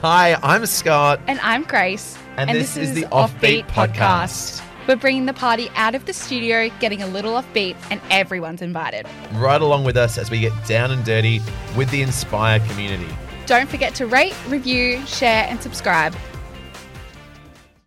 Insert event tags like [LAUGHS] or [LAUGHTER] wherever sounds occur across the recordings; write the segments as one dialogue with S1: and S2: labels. S1: Hi, I'm Scott.
S2: And I'm Grace.
S1: And this is the Offbeat Podcast.
S2: We're bringing the party out of the studio, getting a little offbeat, and everyone's invited.
S1: Right along with us as we get down and dirty with the Inspire community.
S2: Don't forget to rate, review, share, and subscribe.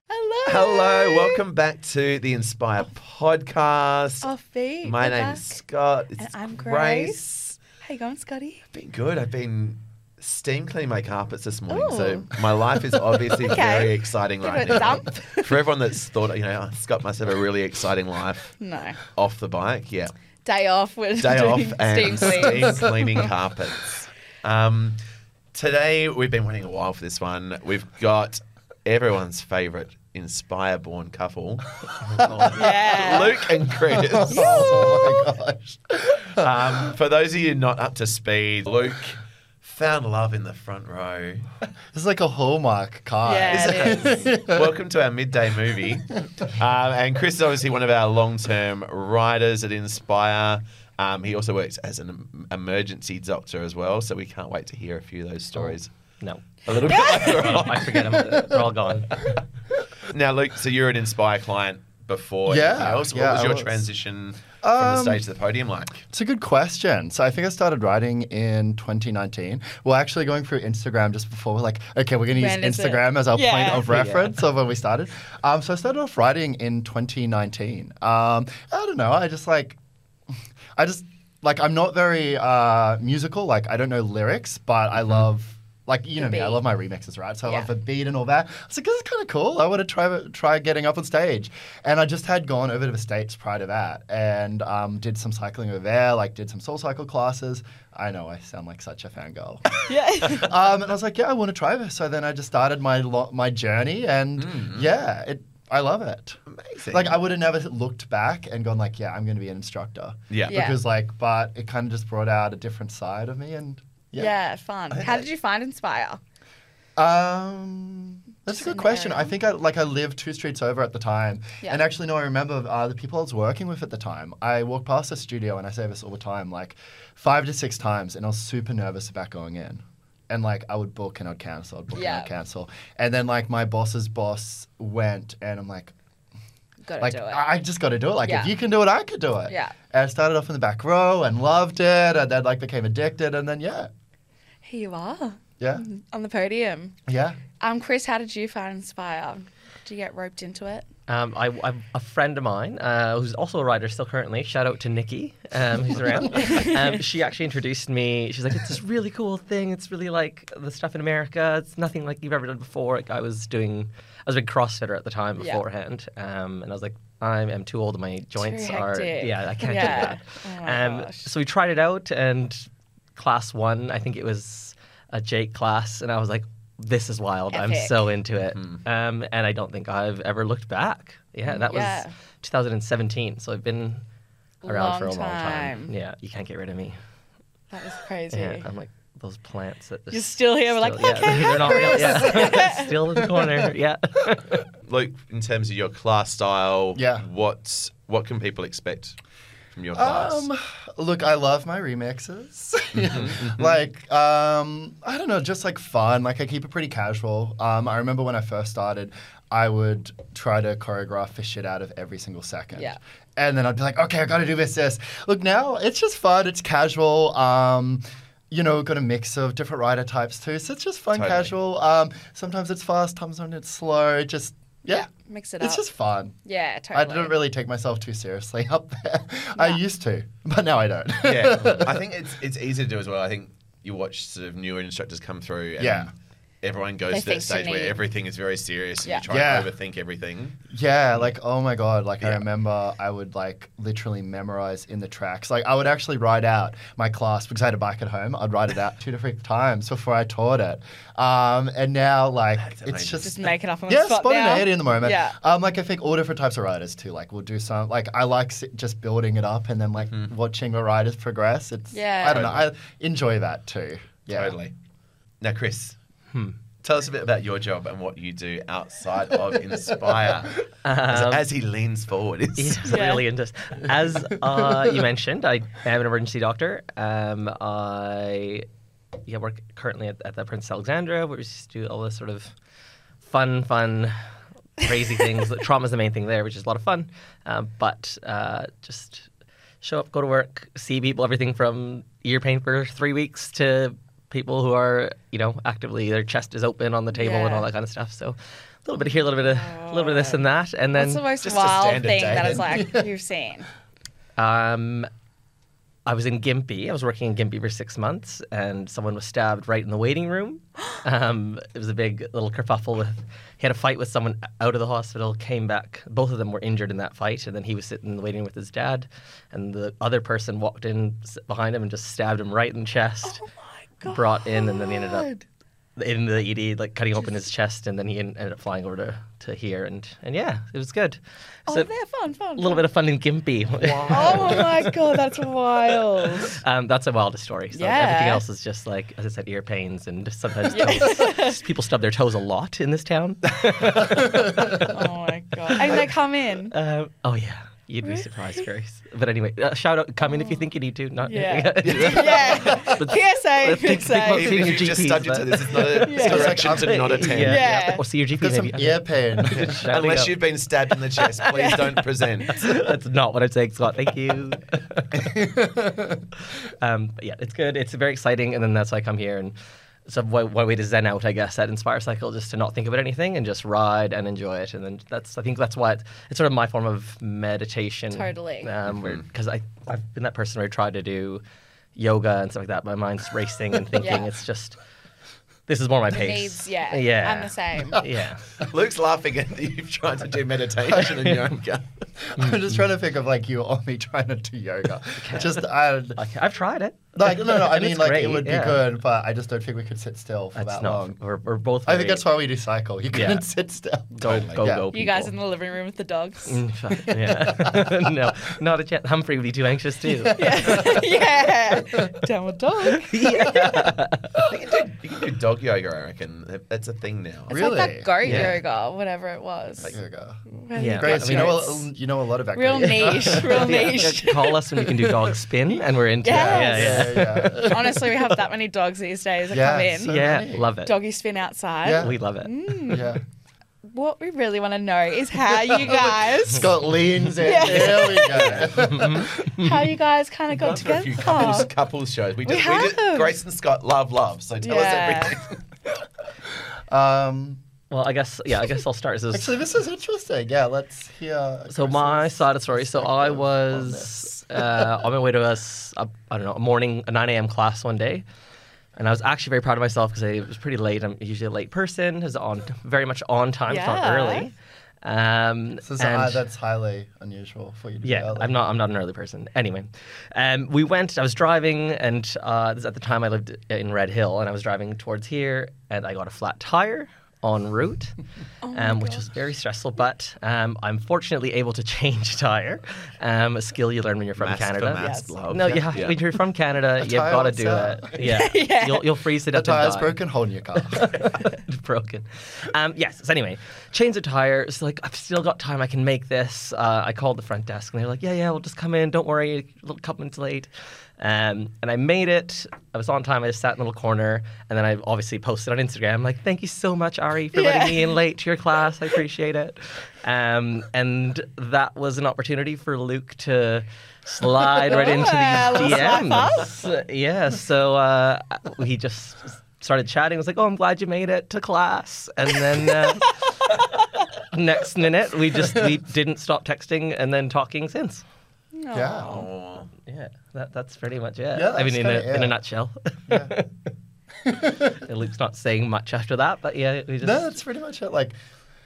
S2: Hello.
S1: Hello, welcome back to the Inspire Podcast.
S2: Offbeat.
S1: My
S2: Oh, We're
S1: name's
S2: back.
S1: Scott. It's
S2: And I'm
S1: Grace.
S2: How you going, Scotty?
S1: I've been good. I've been steam cleaning my carpets this morning. So
S2: Ooh.
S1: my life is
S2: [LAUGHS]
S1: obviously
S2: Okay.
S1: very exciting
S2: Give
S1: right
S2: it a
S1: now.
S2: dump.
S1: For everyone that's thought, you know, "Oh, Scott must have a really exciting life
S2: No.
S1: off the bike. Yeah.
S2: Day off. We're
S1: day off
S2: [LAUGHS] doing
S1: and
S2: steam
S1: steam
S2: cleans.
S1: cleaning, carpets. Um, today we've been waiting a while for this one. We've got everyone's favourite Inspire-born couple,
S2: Yeah.
S1: Luke and Chris. oh my gosh! Um, for those of you not up to speed, Luke found love in the front row.
S3: This is like a hallmark card.
S2: Yeah,
S3: [LAUGHS]
S2: it
S1: [LAUGHS]
S2: is.
S1: Welcome to our midday movie. Um, and Chris is obviously one of our long term writers at Inspire. Um, he also works as an em- emergency doctor as well, so we can't wait to hear a few of those stories
S3: Oh.
S4: No.
S1: a little
S4: [LAUGHS]
S1: bit later
S4: Oh,
S1: on.
S4: I forget them. They're all gone.
S1: Now, Luke, so you're an Inspire client before
S3: Yeah,
S1: anything else. What
S3: yeah,
S1: was
S3: I
S1: your
S3: was.
S1: transition from the
S3: Um,
S1: stage to the podium like?
S3: It's a good question. So I think I started writing in 2019. We're actually going through Instagram just before. We're like, okay, we're going to use
S2: When is it?
S3: Instagram as our
S2: Yeah.
S3: point of
S4: Yeah.
S3: reference of when we started. Um, so I started off writing in 2019. Um, I don't know. I just like, I just like I'm not very uh, musical. Like I don't know lyrics, but I love. Like you
S2: The
S3: know me, I
S2: beat.
S3: love my remixes, right? So
S2: Yeah.
S3: I love the beat and all that. I was like, this is kind of cool. I want to try try getting up on stage, and I just had gone over to the states prior to that, and um, did some cycling over there. Like did some soul cycle classes. I know I sound like such
S2: [LAUGHS]
S3: a fangirl.
S2: [LAUGHS] yeah.
S3: um, and I was like, yeah, I want to try this. So then I just started my lo- my journey, and
S2: Mm-hmm.
S3: yeah, it I love it.
S1: Amazing.
S3: Like I would have never looked back and gone like, yeah, I'm going to be an instructor.
S1: yeah.
S2: Yeah.
S3: Because like, but it kind of just brought out a different side of me, and
S2: Yeah.
S3: yeah.
S2: fun. How did you find Inspire?
S3: Um, that's
S2: Just
S3: a
S2: in
S3: good
S2: the
S3: question.
S2: area.
S3: I think I like I lived two streets over at the time,
S2: Yeah.
S3: and actually, no, I remember uh, the people I was working with at the time. I walked past the studio, and I say this all the time, like five to six times, and I was super nervous about going in. And like I would book and I'd cancel, I'd book
S2: Yeah.
S3: and I'd cancel, and then like my boss's boss went, and I'm like,
S2: Gotta
S3: like
S2: do it.
S1: ah.
S3: I I just got to do it. Like
S2: Yeah.
S3: if you can do it, I could do it.
S2: Yeah.
S3: And I started off in the back row and loved it, and then like became addicted, and then yeah,
S2: Here you are
S3: yeah,
S2: on the podium.
S3: yeah.
S2: Um, Chris, how did you find Inspire? Did you get roped into it?
S4: Um, I, I, a friend of mine, uh, who's also a writer still currently, shout out to Nikki, um,
S2: [LAUGHS]
S4: who's around. um, she actually introduced me. She's like, it's this really cool thing. It's really like the stuff in America. It's nothing like you've ever done before. Like, I was doing, I was a big CrossFitter at the time
S2: Yeah.
S4: beforehand. Um, and I was like, I am too old. My joints are,
S2: hectic.
S4: yeah, I can't
S2: Yeah.
S4: do
S2: Oh
S4: that.
S2: my
S4: um,
S2: gosh.
S4: so we tried it out and class one, I think it was a Jake class. And I was like, this is wild. I'm
S2: Epic.
S4: so into it. Um, and I don't think I've ever looked back. Yeah, that
S2: Yeah.
S4: was 2017. So I've been around for a
S2: Long
S4: long
S2: time.
S4: time. Yeah, you can't get rid of me.
S2: That is crazy.
S4: Yeah, I'm like those plants that just
S2: You're still here. We're like,
S4: still- yeah,
S2: okay,
S4: they're not real. Yeah. [LAUGHS] still in the corner. Yeah.
S1: Luke, in terms of your class style,
S3: Yeah.
S1: what, what can people expect from your class?
S3: Um, look, I love
S2: [LAUGHS]
S3: my remixes.
S2: Mm-hmm,
S3: like, um, I don't know, just like fun. Like, I keep it pretty casual. Um, I remember when I first started, I would try to choreograph the shit out of every single second.
S2: Yeah.
S3: And then I'd be like, okay, I gotta do this, this. Look, now it's just fun. It's casual. Um, you know, got a mix of different rider types too. So it's just fun,
S1: Totally.
S3: casual. Um, sometimes it's fast, sometimes it's slow. It Just, yeah.
S2: mix it up.
S3: It's just fun.
S2: yeah, totally.
S3: I didn't really take myself too seriously [LAUGHS] up there. I used to, [LAUGHS] but now I don't.
S1: yeah, [LAUGHS]
S3: [LAUGHS]
S1: I think it's it's easy to do as well. I think you watch sort of newer instructors come through. And
S3: Yeah.
S1: Everyone goes
S2: They
S1: to that
S2: think
S1: stage where
S2: Sinead.
S1: everything is very serious and
S2: Yeah.
S1: you try
S3: Yeah.
S1: and overthink everything.
S3: Yeah, like oh my god, like I
S1: Yeah.
S3: remember I would like literally memorize in the tracks. Like I would actually write out my class because I had a bike at home. I'd write it out two to three times before I taught it. Um, and now like
S1: That's
S3: it's
S1: amazing.
S3: just,
S2: just make it up on the
S3: yeah,
S2: spot
S3: spontaneity
S2: now.
S3: in the moment.
S2: Yeah.
S3: Um, like I think all different types of writers too. Like we'll do some. Like I like s- just building it up and then like
S1: Mm-hmm.
S3: watching the writers progress. It's
S2: Yeah.
S3: I don't know. I enjoy that too. Yeah.
S1: Totally. Now, Chris,
S4: Hmm.
S1: tell us a bit about your job and what you do outside of
S3: [LAUGHS]
S4: [LAUGHS]
S1: Inspire. as,
S4: Um,
S1: as he leans forward, it's, [LAUGHS]
S4: [LAUGHS] It's
S2: Yeah.
S4: really interesting. As uh, you mentioned, I am an emergency doctor. Um, I yeah, work currently at, at the Princess Alexandra, where we just do all this sort of fun, fun,
S2: [LAUGHS]
S4: crazy things. Trauma's the main thing there, which is a lot of fun. Um, but uh, just show up, go to work, see people, everything from ear pain for three weeks to people who are, you know, actively their chest is open on the table and all
S2: Yeah.
S4: that kind of stuff. So a little bit here, a little bit of, a little bit of this and that, and then
S2: What's the most
S1: Just a
S2: wild
S1: standard
S2: thing
S1: day
S2: that
S1: then.
S2: is like
S3: [LAUGHS]
S2: you've seen?
S4: Um, I was in Gympie. I was working in Gympie for six months, and someone was stabbed right in the
S2: [GASPS]
S4: waiting room. Um, it was a big little kerfuffle. With he had a fight with someone out of the hospital, came back. Both of them were injured in that fight, and then he was sitting in the waiting room with his dad, and the other person walked in s- behind him and just stabbed him right in the chest.
S2: Oh.
S3: Oh
S4: [LAUGHS] Brought in, and then he ended up in the ED, like cutting open his chest, and then he en- ended up flying over to, to here, and and yeah, it was good.
S2: Oh,
S4: So-
S2: they're fun, fun.
S4: a little bit of fun in Gimpy.
S2: [LAUGHS]
S4: [LAUGHS]
S2: Oh my god, that's wild.
S4: um, that's the wildest story. So
S2: Yeah.
S4: everything else is just like, as I said, ear pains and just sometimes toes. [LAUGHS] people stub their toes a lot in this town.
S2: [LAUGHS] Oh my god. And they come
S4: [LAUGHS]
S2: in.
S4: Um, oh yeah, you'd be surprised, Grace. But anyway, uh, shout out, come in if you think you need to. Not
S2: Oh. [LAUGHS] Yeah.
S4: [LAUGHS] But-
S2: yeah.
S4: [LAUGHS]
S2: PSA,
S4: but think- think about
S2: PSA.
S4: seeing
S1: Even
S4: your
S1: if you just
S4: GPs,
S1: stubbed your
S4: but-
S1: toe, this is not a
S2: [LAUGHS] Yeah.
S1: direction to not attend.
S4: [LAUGHS] Yeah.
S2: Yeah.
S4: Or see your GP
S3: Got some
S4: maybe.
S3: ear pain.
S4: [LAUGHS] Shouting
S1: Unless
S4: out.
S1: you've been stabbed in the
S4: [LAUGHS]
S1: chest, please don't present.
S4: That's not what I'm saying, Scott. Thank you.
S1: [LAUGHS]
S4: um, but yeah, it's good. It's very exciting, and then that's why I come here. And so one one way to zen out, I guess, that Inspire Cycle, just to not think about anything and just ride and enjoy it. And then that's, I think, that's why it's, it's sort of my form of meditation.
S2: Totally.
S3: Mm-hmm.
S4: Because I I've been that person where I try to do yoga and stuff like that. My mind's
S2: [LAUGHS]
S4: racing and thinking.
S2: Yeah.
S4: It's just this is more my pace.
S2: Needs, yeah.
S4: Yeah.
S2: I'm the
S4: [LAUGHS]
S2: same.
S4: Yeah.
S1: Luke's laughing at you [LAUGHS] trying to do meditation and
S4: [LAUGHS]
S1: yoga.
S3: [LAUGHS] I'm just trying to think of like you or me trying to do yoga.
S4: [LAUGHS]
S3: Just I,
S4: Like, I've tried it.
S3: like no,
S4: [LAUGHS]
S3: no. I
S4: And
S3: mean,
S4: it's
S3: like
S4: great,
S3: it would be
S4: yeah.
S3: good, but I just don't think we could sit still for
S4: That's
S3: that
S4: not.
S3: long.
S4: We're, we're both.
S3: I think
S4: very-
S3: that's why we do cycle. You
S4: Yeah.
S3: couldn't [LAUGHS] sit still. Oh
S4: go go
S3: Yeah. [LAUGHS]
S4: go.
S2: You guys in
S4: people.
S2: the living room with the dogs.
S4: Mm, fuck, yeah. [LAUGHS] no, not a chance. Humphrey would be too anxious too.
S2: [LAUGHS] Yeah. [LAUGHS]
S4: [LAUGHS]
S2: yeah. Down with dog.
S1: You can, do, you can do dog yoga, I reckon. That's a thing now.
S2: It's
S3: Really?
S2: like that goat
S4: Yeah.
S2: yoga, whatever it was.
S3: Yoga.
S2: Where
S4: Yeah.
S2: the
S3: Grace,
S2: goat
S3: you know
S2: goats.
S3: a, you know a lot of
S2: Real
S3: activities. [LAUGHS]
S2: niche, real
S4: Yeah,
S2: niche.
S4: Call us and we can do dog spin, and we're into
S2: Yes.
S4: it. Yeah,
S3: yeah, yeah.
S2: Honestly, we have that many dogs these days that
S3: [LAUGHS] Yeah,
S2: come in.
S3: so-
S4: yeah.
S3: many.
S4: Yeah, love it.
S2: Doggy spin outside.
S3: Yeah.
S4: We love it.
S2: Mm.
S3: yeah.
S2: What we really want to know is how
S3: [LAUGHS]
S2: you guys,
S3: Scott leans
S4: [LAUGHS]
S3: in.
S2: Yeah.
S3: There we go.
S4: Mm-hmm.
S2: how you guys kind of got
S1: Done for a
S2: together.
S1: few
S2: Oh,
S1: couples, couples shows. We,
S2: We
S1: did, we did-
S2: have.
S1: Grace and Scott love love, so tell
S2: Yeah.
S1: us everything.
S3: [LAUGHS] um,
S4: Well, I guess yeah. I guess I'll start. So,
S3: actually, this is interesting. Yeah, let's hear.
S4: so my
S3: Chris's
S4: side of the story. So I
S3: perspective on
S4: was uh, on my way to a, s- a I don't know a morning a nine a.m. class one day. And I was actually very proud of myself because I was pretty late. I'm usually a late person. I was on very much on time, if not
S2: Yeah.
S4: early. Um,
S3: this. This is,
S4: and-
S3: uh, that's highly unusual for you to be
S4: Yeah,
S3: early.
S4: I'm not. I'm not an early person. Anyway, um, we went. I was driving, and uh, this, at the time I lived in Red Hill, and I was driving towards here, and I got a flat tire en
S3: [LAUGHS]
S4: route,
S3: Oh
S4: um, which was very stressful. But um, I'm fortunately able to [LAUGHS] change tire, um, a skill you learn when you're from
S1: Mask for
S4: Canada.
S1: mask,
S2: Yes.
S1: love.
S4: No, you have,
S1: Yeah.
S4: [LAUGHS] when you're from Canada, you've
S3: tire
S4: got to
S3: won't
S4: do
S3: sell. [LAUGHS]
S4: it. Yeah,
S2: Yeah.
S4: You'll, you'll freeze it
S3: The
S4: up. and
S3: tire's
S4: die
S3: broken. Hole in your
S4: [LAUGHS]
S3: car.
S4: broken. Um, yes. So anyway, change the tire. It's like I've still got time. I can make this. Uh, I called the front desk and they're like, "Yeah, yeah, we'll just come in. Don't worry. A little couple minutes late." Um, and I made it. I was on time. I just sat in a little corner, and then I obviously posted on Instagram. I'm like, "Thank you so much, Ari, for
S2: Yeah.
S4: letting me in late to your class. I appreciate it." Um, and that was an opportunity for Luke to slide right into
S2: Yeah, a
S4: these
S2: little slap up.
S4: DMs. So, yeah, so uh, he just started chatting. Was like, "Oh, I'm glad you made it to class," and then
S2: [LAUGHS]
S4: uh, next minute we just we didn't stop texting and then talking since.
S3: yeah.
S1: Oh.
S4: Yeah, that, that's pretty much it.
S3: Yeah,
S4: I mean,
S3: that's
S4: in a,
S3: kinda
S4: in
S3: it.
S4: a nutshell. [LAUGHS] Luke's not saying much after that, but yeah, we just
S3: No, that's pretty much it. Like,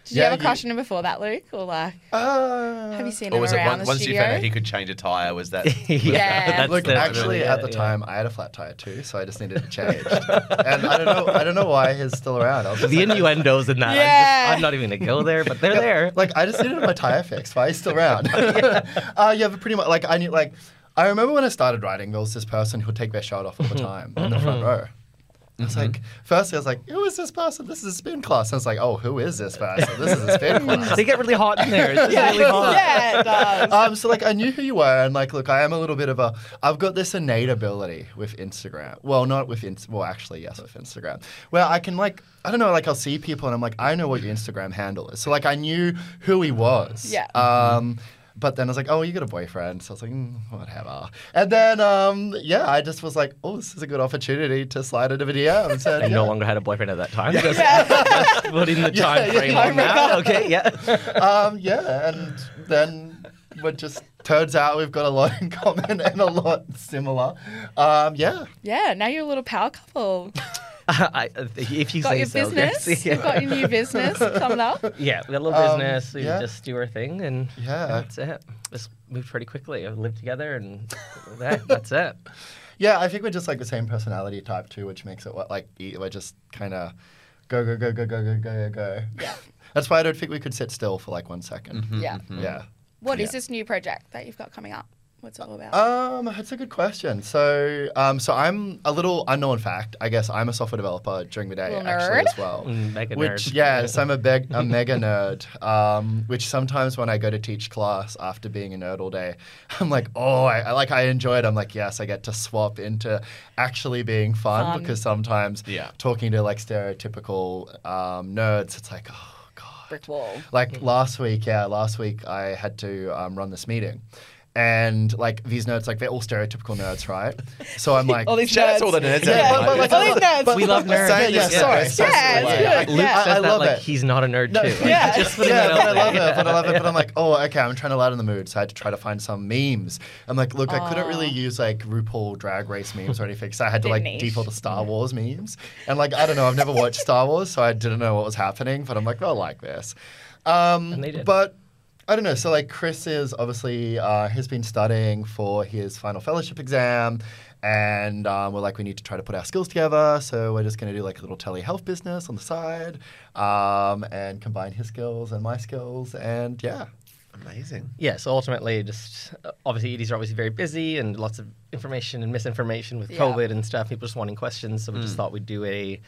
S2: Did you
S3: Yeah,
S2: have a
S3: you-
S2: crush on him before that, Luke? Or like,
S3: uh,
S2: have you seen
S1: Or
S2: him
S1: was it
S2: around
S1: one,
S2: the
S1: once you
S2: studio?
S1: found
S3: [LAUGHS]
S1: out he could change a tire? Was that?
S4: [LAUGHS] [LAUGHS] yeah,
S2: Yeah.
S4: that's
S3: Look,
S4: the-
S3: actually,
S4: yeah,
S3: at the
S4: yeah.
S3: time, I had a flat tire too, so I just
S4: [LAUGHS]
S3: needed to change. and I don't know, I don't know why he's still around. I was just
S4: the
S3: like,
S4: innuendos in that. I'm,
S2: Yeah.
S4: just, I'm not even gonna go there,
S3: [LAUGHS]
S4: but they're there.
S3: like I just needed my tire fixed. Why are you still
S4: [LAUGHS]
S3: around? [LAUGHS] uh, yeah, but pretty much. Like I knew.
S4: Mm-hmm.
S3: Like I remember when I started riding, there was this person who'd take their shirt off all the time in the front row. I was like, firstly, I was like, who is this person? This is a spin class. I was like, oh, who is this person? This is a spin class.
S4: [LAUGHS] they get really hot in there. It's
S3: Yeah.
S4: really hot.
S2: yeah, it
S3: [LAUGHS]
S2: does.
S3: um, so like I knew who you were, and like, look, I am a little bit of a. I've got this innate ability with Instagram. Well, not with Inst. Well, actually, yes, with Instagram, where I can like, I don't know, like I'll see people, and I'm like, I know what your Instagram handle is. So like, I knew who he was.
S2: Yeah.
S3: Um, but then I was like, oh, you got a boyfriend. So I was like, mm, whatever. And then, um, yeah, I just was like, oh, this is a good opportunity to slide into a DM. And said,
S4: I
S3: yeah.
S4: no longer had a boyfriend at that time. Just, just put in the
S3: [LAUGHS] Yeah, yeah,
S4: time frame
S3: yeah.
S4: on that. Okay, yeah.
S3: [LAUGHS]
S4: [LAUGHS]
S3: um, yeah, and then it just turns out we've got a lot in common [LAUGHS] and a lot similar. Um, yeah,
S2: yeah, now you're a little power couple.
S4: I, if you
S2: Got
S4: say
S2: your
S4: so.
S2: business.
S3: [LAUGHS]
S4: [LAUGHS] yes.
S2: You've got your new business coming up.
S4: Yeah, we had a little
S3: Um,
S4: business. We
S3: yeah.
S4: would just do our thing, and
S3: Yeah.
S4: and that's it. Just moved pretty quickly. We lived together, and that, that's it.
S3: yeah. I think we're just like the same personality type too, which makes it what like e- we're just kind of go go go go go go go go go.
S2: Yeah.
S3: [LAUGHS] That's why I don't think we could sit still for like one second.
S1: Mm-hmm.
S2: Yeah.
S3: Yeah.
S2: What is
S3: Yeah.
S2: this new project that you've got coming up? What's it all about?
S3: Um, that's a good question. So, um, so I'm a little unknown fact. I guess I'm a software developer during the day
S2: Little
S3: actually
S2: nerd.
S3: as well.
S4: Mm, Mega
S3: Which
S4: nerd.
S3: yes, I'm a, beg- a mega nerd. Um, which sometimes when I go to teach class after being a nerd all day, I'm like, oh, I, I like I enjoy it. I'm like, yes, I get to swap into actually being fun,
S2: Fun.
S3: because sometimes
S1: Yeah.
S3: talking to like stereotypical um, nerds, it's like, oh god,
S2: Brick wall.
S3: like last week, yeah, last week I had to um, run this meeting. And like these nerds, like they're all stereotypical nerds, right? So I'm like,
S2: All these
S1: Shout out to all the
S2: nerds.
S1: nerds.
S3: Yeah, but- but like-
S2: All these nerds.
S4: We love nerds.
S3: Yeah, yeah,
S4: Yeah.
S3: sorry.
S4: Yeah.
S3: sorry,
S2: Yeah,
S3: sorry.
S2: it's good.
S4: Luke
S2: Yeah.
S4: says
S3: I
S4: that
S3: love
S4: like
S3: it.
S4: he's not a nerd
S3: No,
S4: too. Like,
S2: yeah.
S4: [LAUGHS] just putting
S3: yeah,
S4: that
S3: but I
S4: out there.
S3: love it. But I love it.
S4: [LAUGHS]
S3: But I'm like, oh, okay. I'm trying to lighten the mood, so I had to try to find some memes. I'm like, look, I couldn't really
S2: Aw.
S3: use like RuPaul Drag Race memes or anything, so I had to
S2: Bit
S3: like
S2: niche.
S3: default to Star Wars memes. And like, I don't know, I've never watched Star Wars, so I didn't know what was happening. But I'm like, well, I like this. Um,
S4: And they did.
S3: But I don't know. So like, Chris is obviously uh, has been studying for his final fellowship exam. And um, we're like, we need to try to put our skills together. So we're just going to do like a little telehealth business on the side um, and combine his skills and my skills. And yeah.
S1: Amazing.
S4: Yeah, so ultimately, just uh, obviously, EDs are obviously very busy and lots of information and misinformation with
S2: Yeah. Mm.
S4: COVID and stuff. People just wanting questions, so we just thought we'd do a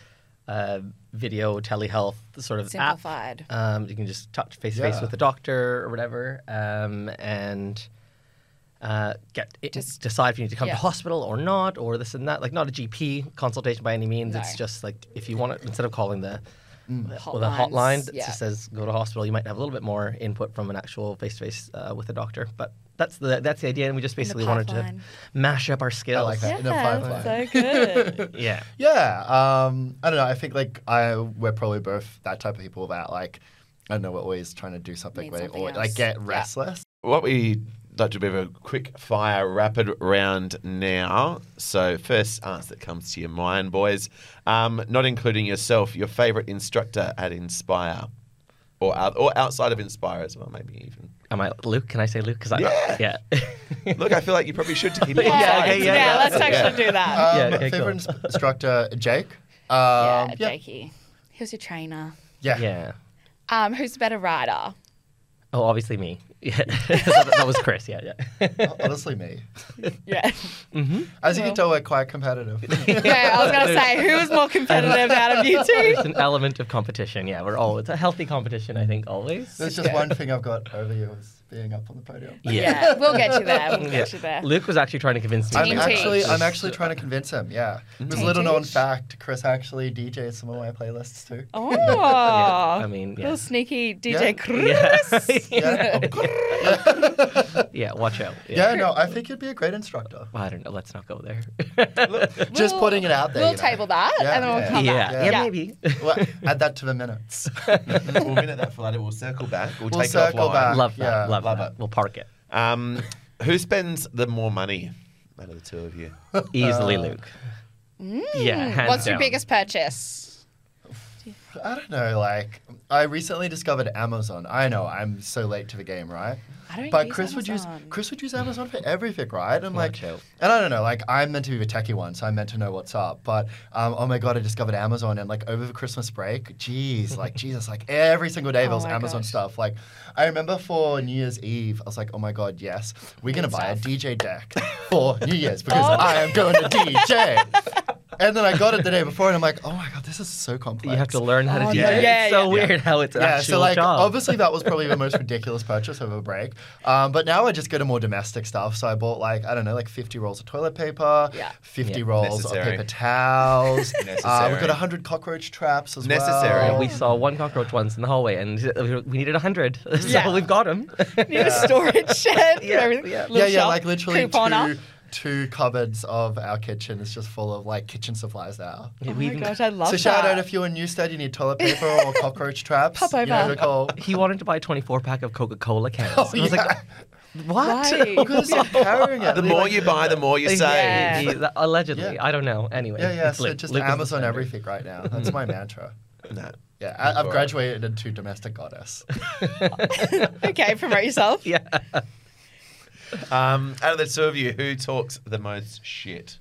S4: uh, video telehealth sort of app.
S2: Simplified.
S4: Um, you can just touch face to face
S3: Yeah.
S4: with the doctor or whatever, um, and uh, get it,
S2: Just-
S4: decide if you need to come
S2: yeah.
S4: to hospital or not, or this and that. Like not a GP consultation by any means. It's
S2: No. Mm.
S4: just like if you want to, instead of calling the with a
S2: Hotlines,
S4: hotline that
S2: yeah.
S4: just says go to hospital, you might have a little bit more input from an actual face to face with a doctor. But that's the that's the idea, and we just basically wanted to
S2: pipeline.
S4: mash up our skills.
S3: like that. in a
S2: Yeah,
S3: pipeline.
S2: so
S3: [LAUGHS]
S2: good.
S4: Yeah.
S3: Yeah, um, I don't know. I think like I we're probably both that type of people that like I don't know. We're always trying to do something
S2: Need
S3: where
S2: something
S3: or
S2: else.
S3: like get
S2: Yeah.
S3: restless.
S1: What we like to do a bit of a quick fire rapid round now. So first answer that comes to your mind, boys. Um, not including yourself, your favourite instructor at Inspire, or out, or outside of Inspire as well, maybe even.
S4: Am I Luke? Can I say Luke? Because I
S1: Yeah.
S4: yeah.
S1: Look, I feel like you probably should to keep it.
S4: Yeah,
S1: inside.
S4: okay, yeah,
S2: yeah,
S4: yeah.
S2: let's
S4: Yeah.
S2: actually do that.
S3: Um,
S4: Yeah, okay,
S3: favorite
S4: cool.
S3: ins- instructor Jake. Um,
S2: [LAUGHS] yeah,
S3: yeah,
S2: Jakey. Who's your trainer?
S3: [LAUGHS] yeah,
S4: yeah.
S2: Um, who's the better rider?
S4: Oh, obviously me. Yeah. [LAUGHS] that, that was Chris. Yeah, Mm-hmm. yeah.
S3: Honestly, me.
S2: Yeah.
S3: As you can
S2: Well.
S3: tell, we're quite competitive.
S2: [LAUGHS] yeah, I was gonna say who was more competitive out of you two?
S4: There's an element of competition. Yeah, we're all it's a healthy competition. I think always.
S3: [LAUGHS] There's just one thing I've got over you is being up on the podium.
S2: Yeah.
S4: Yeah.
S2: we'll get you there. We'll
S4: Mm, Yeah.
S2: get you there.
S4: Luke was actually trying to convince me.
S3: I'm
S2: Team
S4: that
S2: teach.
S3: actually, I'm
S4: was-
S3: actually trying to convince him. Yeah, it was a little
S2: Team
S3: known
S2: teach.
S3: fact. Chris actually DJs some of my playlists too.
S2: Oh,
S4: I mean, yeah.
S2: little sneaky DJ [LAUGHS]
S3: Yeah.
S4: [LAUGHS]
S2: Chris.
S3: Yeah.
S4: Yeah, watch out.
S3: [LAUGHS] yeah, no,
S2: [LAUGHS]
S3: I think you'd be a great instructor.
S4: Well, I don't know. Let's not go there.
S3: Just
S2: We'll-
S3: putting it out there.
S2: We'll
S3: you know.
S2: table that,
S3: Yeah,
S2: and then we'll
S3: yeah.
S2: come back.
S4: yeah, maybe.
S3: [LAUGHS] Well, add that to the minutes. [LAUGHS]
S1: [LAUGHS] we'll minute that for later. We'll circle back. We'll,
S3: We'll
S1: take
S3: circle
S1: it offline.
S3: back.
S4: love that.
S3: Yeah,
S4: love
S1: love
S4: that.
S1: it.
S4: We'll park it
S1: Um, who spends the more money out of the two of you?
S3: Uh,
S4: easily, Luke.
S2: Mm.
S4: yeah, hands
S2: What's your
S4: down.
S2: biggest purchase?
S3: I don't know. Like, I recently discovered Amazon. I know I'm so late to the game, right?
S2: I don't
S3: But
S2: use
S3: Chris would use
S2: Amazon.
S3: Chris would use Amazon for everything, right? And I'm like,
S4: Watch out.
S3: and I don't know. Like, I'm meant to be the techie one, so I'm meant to know what's up. But um, oh my god, I discovered Amazon, and like over the Christmas break, jeez,
S2: [LAUGHS]
S3: like Jesus, like every single day there
S2: Oh
S3: was
S2: my
S3: Amazon
S2: gosh.
S3: stuff. Like, I remember for New Year's Eve, I was like, oh my god, yes,
S2: [LAUGHS]
S3: we're gonna buy a DJ deck for New Year's because
S2: Oh. [LAUGHS]
S3: I am going to DJ. And then I got it the day before, and I'm like, oh my god, this is so complex.
S4: You have to learn how to
S2: Oh,
S4: do
S1: yeah.
S4: it.
S2: Yeah,
S4: it's so
S2: yeah.
S4: weird how it's an
S3: Yeah,
S4: actual
S3: so like
S4: job.
S3: obviously that was probably the
S4: [LAUGHS]
S3: most ridiculous purchase of a break. Um, but now I just go to more domestic stuff. So I bought like I don't know, like fifty rolls of toilet paper,
S2: Yeah.
S3: fifty
S4: Yeah.
S3: rolls
S1: Necessary.
S3: of paper towels.
S1: [LAUGHS]
S3: uh,
S1: Necessary.
S3: we've got hundred cockroach traps as
S1: Necessary.
S4: Yeah,
S3: well.
S4: Oh, we saw one cockroach once in the hallway, and [LAUGHS] we needed hundred, [LAUGHS] so
S2: Yeah.
S4: we've got them.
S2: [LAUGHS] Need a storage
S4: [LAUGHS]
S2: shed. and
S4: Yeah,
S2: everything.
S4: yeah.
S2: Little
S3: yeah, yeah,
S2: shop,
S3: like literally
S2: couponer.
S3: two, two cupboards of our kitchen is just full of like kitchen supplies now.
S2: Oh my gosh, I love
S3: so
S2: that.
S3: shout out if you're in Newstead, you need
S2: [LAUGHS]
S3: toilet paper or cockroach traps.
S2: Pop
S3: You know,
S2: over.
S3: to
S2: [LAUGHS]
S3: call.
S4: [LAUGHS] he wanted to buy a 24 pack of Coca Cola cans.
S3: Oh,
S4: I was
S3: yeah.
S4: like, what? [LAUGHS]
S2: Why? [LAUGHS]
S3: Because you're carrying it.
S1: The more
S3: Like-
S1: you buy, the more you save.
S2: Yeah.
S4: He- he- allegedly,
S3: Yeah.
S4: I don't know. Anyway,
S3: Yeah, yeah.
S4: it's
S3: So
S4: Luke.
S3: just
S4: Luke is the
S3: Amazon
S4: standard.
S3: everything right now.
S2: [LAUGHS]
S3: That's my mantra.
S1: No.
S3: Yeah, I,
S1: Alright.
S3: I've graduated into domestic goddess.
S2: [LAUGHS] okay, promote yourself.
S4: Yeah.
S1: Um, out of the two of you, who talks the most shit?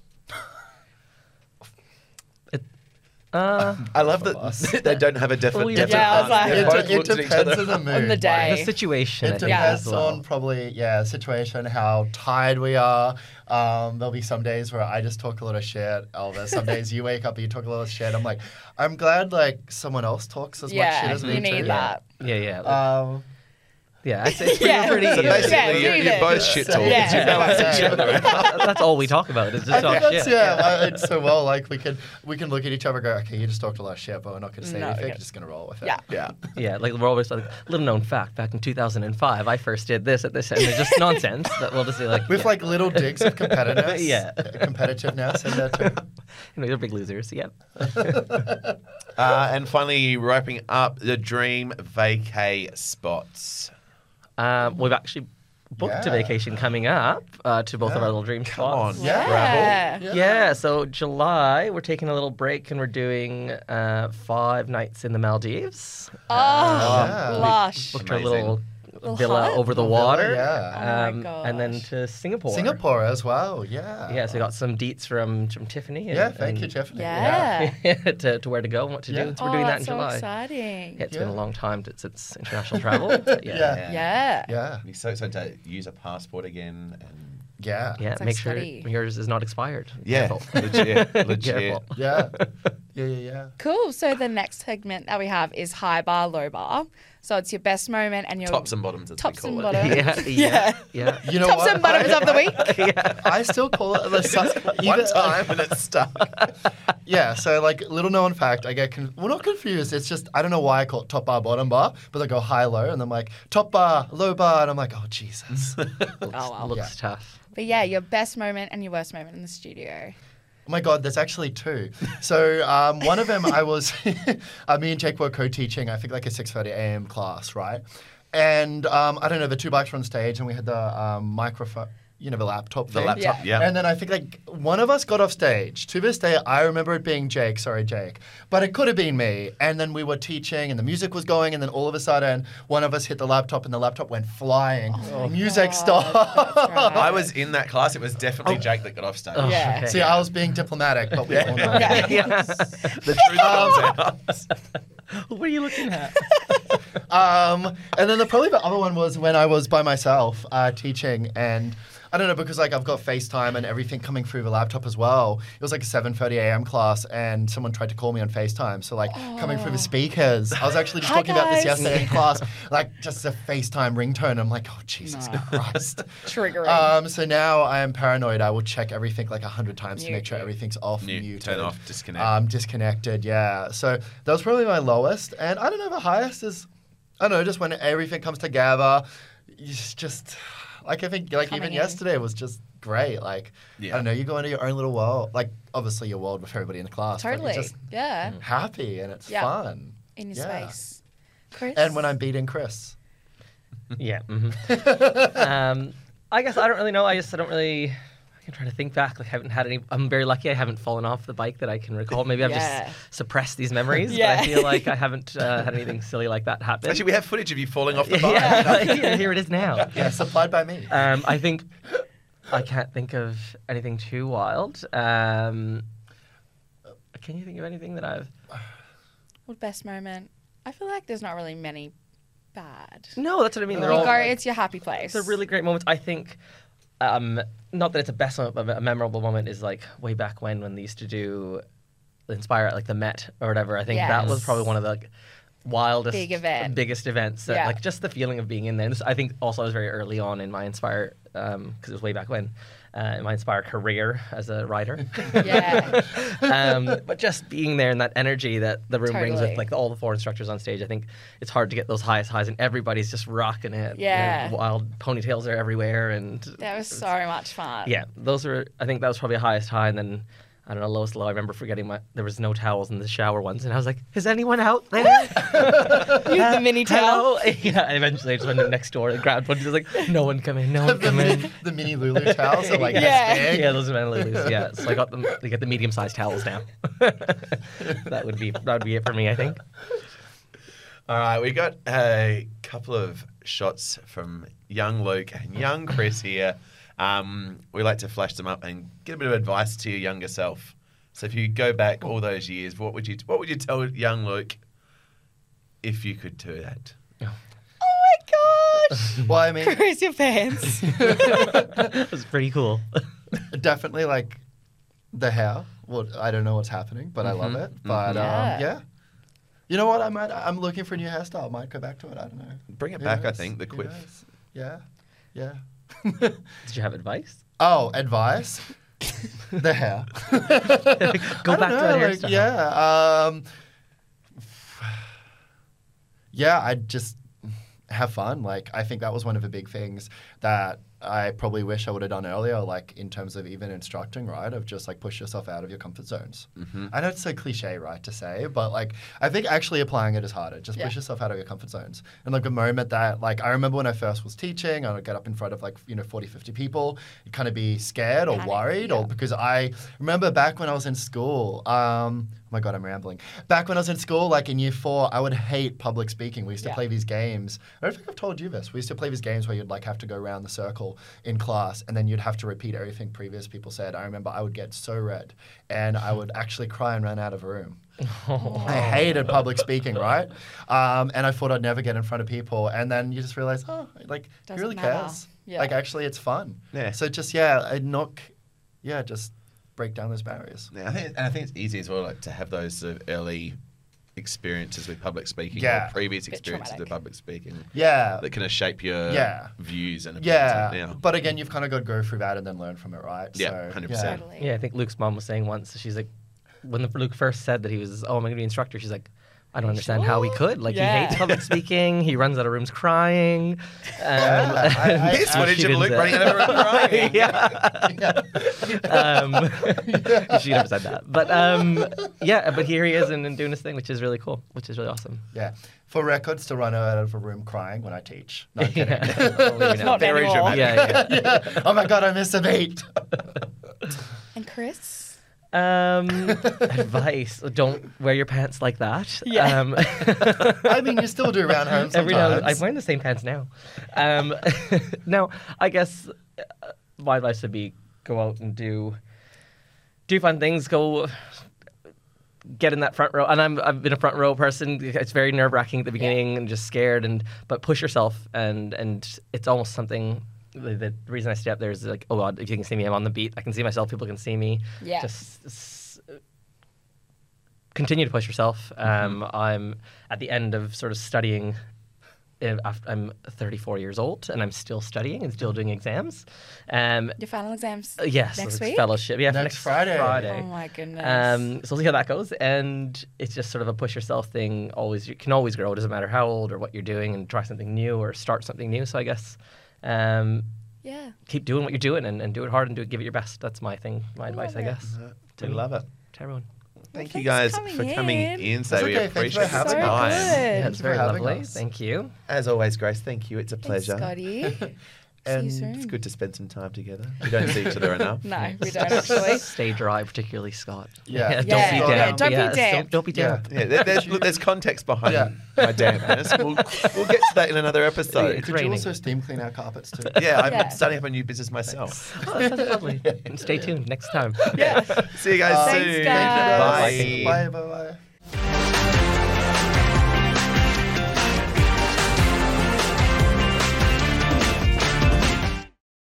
S4: Uh,
S1: I love
S3: Of us.
S1: that [LAUGHS] they don't have a defi-
S4: Well, we-
S1: definite.
S2: [LAUGHS] Yeah, I was
S1: answer.
S2: like-
S1: They
S3: it,
S2: Yeah.
S1: both
S3: de- it
S1: looked at each
S3: depends
S1: other.
S3: on the
S1: [LAUGHS]
S3: mood.
S2: On the day.
S4: the situation.
S3: It
S4: I think,
S3: depends
S4: as well.
S3: on probably yeah situation, how tired we are. Um, there'll be some days where I just talk a lot of shit. Elvis, some days you wake up and you talk a lot of shit. I'm like, I'm glad like someone else talks as much shit
S2: Yeah,
S3: as me
S2: you
S3: too.
S2: need that.
S4: Yeah, yeah.
S3: Um, [LAUGHS]
S4: yeah, it's, it's
S2: Yeah.
S4: pretty
S1: So
S4: easy.
S1: basically,
S2: Yeah,
S1: you're,
S2: leave
S1: you're
S2: it.
S1: both shit
S3: Yeah.
S1: talkers.
S2: Yeah.
S1: You balance each
S3: Yeah.
S1: other out.
S4: [LAUGHS] that's all we talk about. It's
S3: I
S4: just all
S3: think that's
S4: shit.
S3: yeah. well, it's
S2: [LAUGHS]
S3: so well like we can we can look at each other and go, okay, you just talked a lot of shit, but we're not going to say
S2: No,
S3: anything.
S2: okay.
S3: We're just going to roll with it.
S2: Yeah.
S1: [LAUGHS] Yeah.
S4: Yeah, like we're always like, little known fact, back in 2005, I first did this at this, and it's just nonsense that we'll just be like,
S3: With
S4: yeah.
S3: like little digs of competitiveness,
S4: Yeah.
S3: competitiveness in there too.
S4: you know, you're big losers. Yep.
S1: Uh, and finally, wrapping up the dream vacay spots.
S4: Um, we've actually booked a
S3: Yeah.
S4: vacation coming up uh, to both of
S3: Yeah.
S4: our little dream
S1: Come
S4: spots.
S1: on.
S3: Yeah.
S2: Yeah.
S3: Yeah.
S4: Yeah, so July, we're taking a little break and we're doing uh, five nights in the Maldives.
S2: Oh,
S3: Yeah.
S2: lush.
S4: Booked our
S1: Amazing.
S4: little,
S2: Little
S4: villa
S2: hut?
S4: over the
S3: Little villa,
S4: water. Um,
S3: yeah.
S2: Oh my
S4: and then
S2: gosh.
S4: to Singapore.
S3: Singapore as well. Yeah.
S4: Yeah, so we got some deets from, from Tiffany. And,
S3: Yeah, thank you,
S4: and-
S3: Tiffany.
S2: Yeah.
S4: to, to where to go and what to
S3: Yeah.
S4: do. [LAUGHS] So
S2: Oh,
S4: we're doing that
S2: that's
S4: in
S2: so
S4: July.
S2: exciting.
S4: Yeah, it's been a
S3: Yeah.
S4: long time t- since international travel.
S3: [LAUGHS]
S4: but yeah.
S3: Yeah.
S2: Yeah.
S3: Yeah.
S1: Be so excited to use a passport again. And
S3: Yeah.
S4: Yeah,
S2: It's like
S4: make sure
S2: steady.
S4: yours is not expired.
S1: yeah,
S3: [LAUGHS]
S4: Careful.
S1: [LAUGHS]
S4: [LAUGHS]
S1: legit, legit.
S4: Careful.
S3: Yeah. Yeah. Yeah. Yeah.
S2: Cool. So the next segment that we have is high bar, low bar. So it's your best moment and your
S1: Tops and bottoms, as
S2: Tops
S1: we call
S2: and
S4: [LAUGHS]
S1: it.
S2: bottoms. [LAUGHS]
S4: Yeah,
S1: [LAUGHS]
S4: yeah, yeah.
S3: You know
S2: Tops
S3: what?
S2: and bottoms
S3: I,
S2: of [LAUGHS] the week.
S4: [LAUGHS]
S3: I still call it the su-
S1: One
S3: even-
S1: time
S3: [LAUGHS]
S1: and it's stuck.
S3: Yeah. So like little known fact, I get con- well not confused. It's just I don't know why I call it top bar, bottom bar, but I go high low, and I'm like top bar, low bar, and I'm like oh
S4: [LAUGHS]
S3: Jesus.
S2: Oh, wow.
S4: Looks
S3: Yeah.
S4: tough.
S2: But yeah, your best moment and your worst moment in the studio.
S3: Oh my God, there's actually two. So um, one of them, I was, [LAUGHS] uh, me and Jake were co-teaching, I think like a 6.30 a.m. class, right? And um, I don't know, the two bikes were on stage and we had the um, microphone, you know, the laptop
S1: The
S3: thing.
S1: laptop, Yeah. yeah.
S3: And then I think like one of us got off stage. To this day, I remember it being Jake, sorry, Jake. But it could have been me. And then we were teaching and the music was going and then all of a sudden, one of us hit the laptop and the laptop went flying. music
S2: Oh, [LAUGHS]
S3: stopped.
S1: [LAUGHS] I was in that class. It was
S4: Oh.
S1: definitely Jake that got off stage.
S2: Yeah.
S4: Okay.
S3: See, I was being diplomatic, but we all know.
S2: Yeah.
S4: Oh, [LAUGHS] Yeah.
S1: The truth comes out.
S4: [LAUGHS] what are you looking at?
S3: Um, and then the, probably the other one was when I was by myself uh, teaching, and I don't know because like I've got FaceTime and everything coming through the laptop as well. It was like a 7:30 a.m. class, and someone tried to call me on FaceTime. So like coming through the speakers, I was actually just
S2: Hi,
S3: talking about this
S2: guys.
S3: yesterday
S2: [LAUGHS]
S3: in class, like just a FaceTime ringtone. I'm like, oh Jesus
S2: No.
S3: Christ.
S2: triggering.
S3: Um, so now I am paranoid. I will check everything like a hundred times to
S2: Mute
S3: make sure
S2: it.
S3: everything's off.
S1: Mute,
S3: muted.
S1: turn off, disconnect.
S3: Um, disconnected. Yeah. So that was probably my lowest, and I don't know. The highest is, I don't know, just when everything comes together. It's just like I think, like
S2: Coming
S3: even
S2: in.
S3: yesterday was just great. Like
S1: Yeah.
S3: I don't know, you go into your own little world. Like obviously your world with everybody in the class. but you're
S2: totally.
S3: just
S2: yeah.
S3: happy and it's
S2: Yeah.
S3: fun.
S2: In your
S3: Yeah.
S2: space. Chris.
S3: And when I'm beating Chris. [LAUGHS]
S4: yeah. mhm. um, I guess I don't really know. I just I don't really. I'm trying to think back. Like, I haven't had any. I'm very lucky. I haven't fallen off the bike that I can recall. Maybe I've
S2: Yeah.
S4: just suppressed these memories. But
S2: Yeah.
S4: I feel [LAUGHS] like I haven't uh, had anything silly like that happen.
S1: Actually, we have footage of you falling off the bike.
S4: [LAUGHS] yeah, yeah, here it is [LAUGHS] now.
S3: Yeah, supplied by me.
S4: Um, I think I can't think of anything too wild. Um, can you think of anything that I've?
S2: Well, best moment. I feel like there's not really many bad.
S4: No, that's what I mean.
S2: We
S4: They're
S2: go,
S4: all.
S2: it's your happy place.
S4: They're really great moments. I think um, not that it's a best moment, but a memorable moment is like way back when when they used to do Inspire at like the Met or whatever. I think that was
S2: Yes.
S4: probably one of the like, wildest,
S2: Big event.
S4: biggest events. That,
S2: Yeah.
S4: Like just the feeling of being in there. And this, I think also I was very early on in my Inspire because it was way back when uh, in my Inspire career as a writer.
S2: [LAUGHS] Yeah.
S4: [LAUGHS] um, but just being there and that energy that the room brings
S2: Totally.
S4: with like all the four instructors on stage, I think it's hard to get those highest highs, and everybody's just rocking it. You know,
S2: Yeah.
S4: wild ponytails are everywhere, and
S2: That was so much fun.
S4: yeah, those were. I think that was probably highest high, and then. I don't know, lowest low. I remember forgetting my there was no towels in the shower once, and I was like, "Is anyone out there?"
S2: [LAUGHS] Use the mini towel.
S4: Hello? [LAUGHS] yeah. And eventually, I just went next door and grabbed one. Just like, "No one come in, no one
S3: [LAUGHS] the,
S4: come in."
S3: mini, the mini Lulu towels are like
S2: Yeah.
S3: this big.
S4: Yeah, those are my lilies. Yeah, so I got them. They get the medium-sized towels now. [LAUGHS] that would be that would be it for me, I think.
S1: [LAUGHS] All right, we got a couple of shots from young Luke and young Chris here. Um, we like to flash them up and get a bit of advice to your younger self. So if you go back all those years, what would you what would you tell young Luke if you could do that?
S2: Oh
S3: [LAUGHS]
S2: my gosh. [LAUGHS]
S3: Well, I mean,
S2: Cruise your pants.
S4: That was pretty cool.
S3: definitely like the hair. Well, I don't know what's happening, but I love it. But
S2: Yeah.
S3: Um, yeah. You know what? I might. I'm looking for a new hairstyle. I might go back to it. I don't know.
S1: Bring it
S3: Who
S1: back, I
S3: knows?
S1: think, the
S3: Who
S1: quiff.
S3: knows? Yeah. Yeah. [LAUGHS]
S4: Did you have advice?
S3: Oh, advice. [LAUGHS] the hair. Go
S4: Go back to that hairstyle.
S3: yeah. Um, [SIGHS] yeah, I just have fun. Like I think that was one of the big things that I probably wish I would have done earlier. Like in terms of even instructing, right? Of just like push yourself out of your comfort zones. I know it's so cliche, right, to say, but like I think actually applying it is harder. Just
S2: Yeah.
S3: push yourself out of your comfort zones. And like the moment that like I remember when I first was teaching, I would get up in front of like you know 40, 50 people, and kind of be scared or
S2: Panic,
S3: worried,
S2: yeah.
S3: or because I remember back when I was in school. Um, oh my god, I'm rambling. Back when I was in school, like in year four, I would hate public speaking. We used to
S2: Yeah.
S3: play these games. I don't think I've told you this. We used to play these games where you'd like have to go around the circle in class, and then you'd have to repeat everything previous people said. I remember I would get so red, and I would actually cry and run out of a room. I
S4: Oh.
S3: hated public speaking, right? Um, and I thought I'd never get in front of people. And then you just realize, oh, like, who
S2: Doesn't
S3: really
S2: matter.
S3: cares?
S2: Yeah.
S3: Like, actually, it's fun.
S1: Yeah.
S3: So just, yeah, I knock, yeah, just break down those barriers.
S1: Yeah, I think, and I think it's easy as well like, to have those sort of early experiences with public speaking
S3: Yeah.
S1: or previous
S2: Bit
S1: experiences with public
S2: traumatic.
S1: speaking
S3: Yeah.
S1: that kind of shape your
S3: Yeah.
S1: views and
S3: yeah.
S1: opinions of now.
S3: But again, you've kind of got to go through that and then learn from it, right?
S1: Yeah,
S3: So,
S1: 100%.
S2: Totally.
S4: Yeah, I think Luke's mom was saying once. She's like, when the, Luke first said that he was, oh, I'm going to be an instructor. She's like, I don't understand how he could. Like,
S2: Yeah.
S4: he hates
S2: [LAUGHS]
S4: public speaking. He runs out of rooms crying.
S3: [LAUGHS]
S4: Um,
S3: Yeah, I-
S4: [LAUGHS]
S3: I-
S1: Yes, what
S4: she
S1: did you
S4: didn't
S1: Luke
S4: say-
S1: running out of a room crying?
S4: [LAUGHS] yeah.
S3: Yeah.
S4: um,
S3: [LAUGHS]
S4: she never said that. But um, yeah, but here he is and, and doing his thing, which is really cool, which is really awesome.
S3: yeah. For records to run out of a room crying when I teach. No, I'm kidding.
S4: Yeah. [LAUGHS] Believe me now.
S2: Not
S1: Very
S2: anymore.
S1: dramatic.
S4: yeah,
S3: [LAUGHS] Yeah. [LAUGHS] Oh my God, I missed a
S4: [LAUGHS]
S3: beat.
S2: And Chris?
S4: yeah. Um, advice: Don't wear your pants like that.
S2: Yeah.
S4: Um,
S3: [LAUGHS] I
S4: [LAUGHS]
S3: mean, you still do round home sometimes.
S4: every now I'm wearing the same pants now. Um, [LAUGHS] now, I guess uh, my advice would be go out and do do fun things. Go get in that front row. And I'm I've been a front row person. It's very nerve wracking at the beginning and just scared. And but push yourself and and it's almost something. The, the reason I stay up there is like, oh god, if you can see me, I'm on the beat. I can see myself. People can see me.
S2: Yeah.
S4: Just s- continue to push yourself. Um,
S2: Mm-hmm.
S4: I'm at the end of sort of studying. uh, af- I'm 34 years old and I'm still studying and still doing exams. Um,
S2: Your final exams?
S4: uh, yes,
S2: Mm-hmm. Next
S4: it's
S2: week?
S4: fellowship. Yeah,
S3: Next Friday.
S2: Oh
S4: Friday.
S2: my goodness.
S4: Um, so we'll see how that goes, and it's just sort of a push yourself thing. Always, you can always grow. It doesn't matter how old or what you're doing, and try something new or start something new. So I guess um,
S2: yeah.
S4: keep doing what you're doing and, and do it hard and do it, give it your best. That's my thing, my advice, I
S2: love it.
S4: guess.
S3: [LAUGHS]
S1: We love it.
S4: To everyone.
S1: Thank
S2: Well,
S1: you guys
S2: thanks
S1: for
S2: coming
S1: coming in.
S2: in.
S1: So
S3: That's
S1: we
S3: okay, thanks for
S1: appreciate the
S3: having
S2: So
S3: us.
S1: time.
S2: good.
S4: Yeah,
S3: Thank
S4: it's
S3: you
S4: very
S3: for having
S4: lovely.
S3: us.
S4: Thank you.
S1: As always, Grace, thank you. It's a
S2: Thanks,
S1: pleasure.
S2: Scotty. See you
S3: And
S2: soon.
S1: It's good to spend some time
S2: [LAUGHS]
S1: together. We don't see each other enough.
S2: No, we don't
S4: [LAUGHS]
S2: actually.
S4: Stay dry, particularly Scott.
S3: Yeah.
S4: [LAUGHS] don't
S2: Yeah,
S4: be
S2: yeah,
S4: damp.
S2: don't be
S4: Yes,
S2: damp.
S4: Don't, don't be
S3: Yeah.
S4: damp.
S1: Yeah, there- there's, look, there's context behind
S3: Yeah.
S1: my dampness. We'll, we'll get to that in another episode.
S4: It's
S3: Could
S4: raining.
S3: you also steam clean our carpets too?
S1: Yeah, I'm
S2: Yeah.
S1: starting up a new business myself.
S4: Oh, that sounds lovely. And Stay tuned next time.
S2: Yeah.
S4: [LAUGHS]
S1: See you guys
S2: Thanks,
S1: soon.
S2: guys.
S1: Bye.
S3: Bye. Bye. Bye.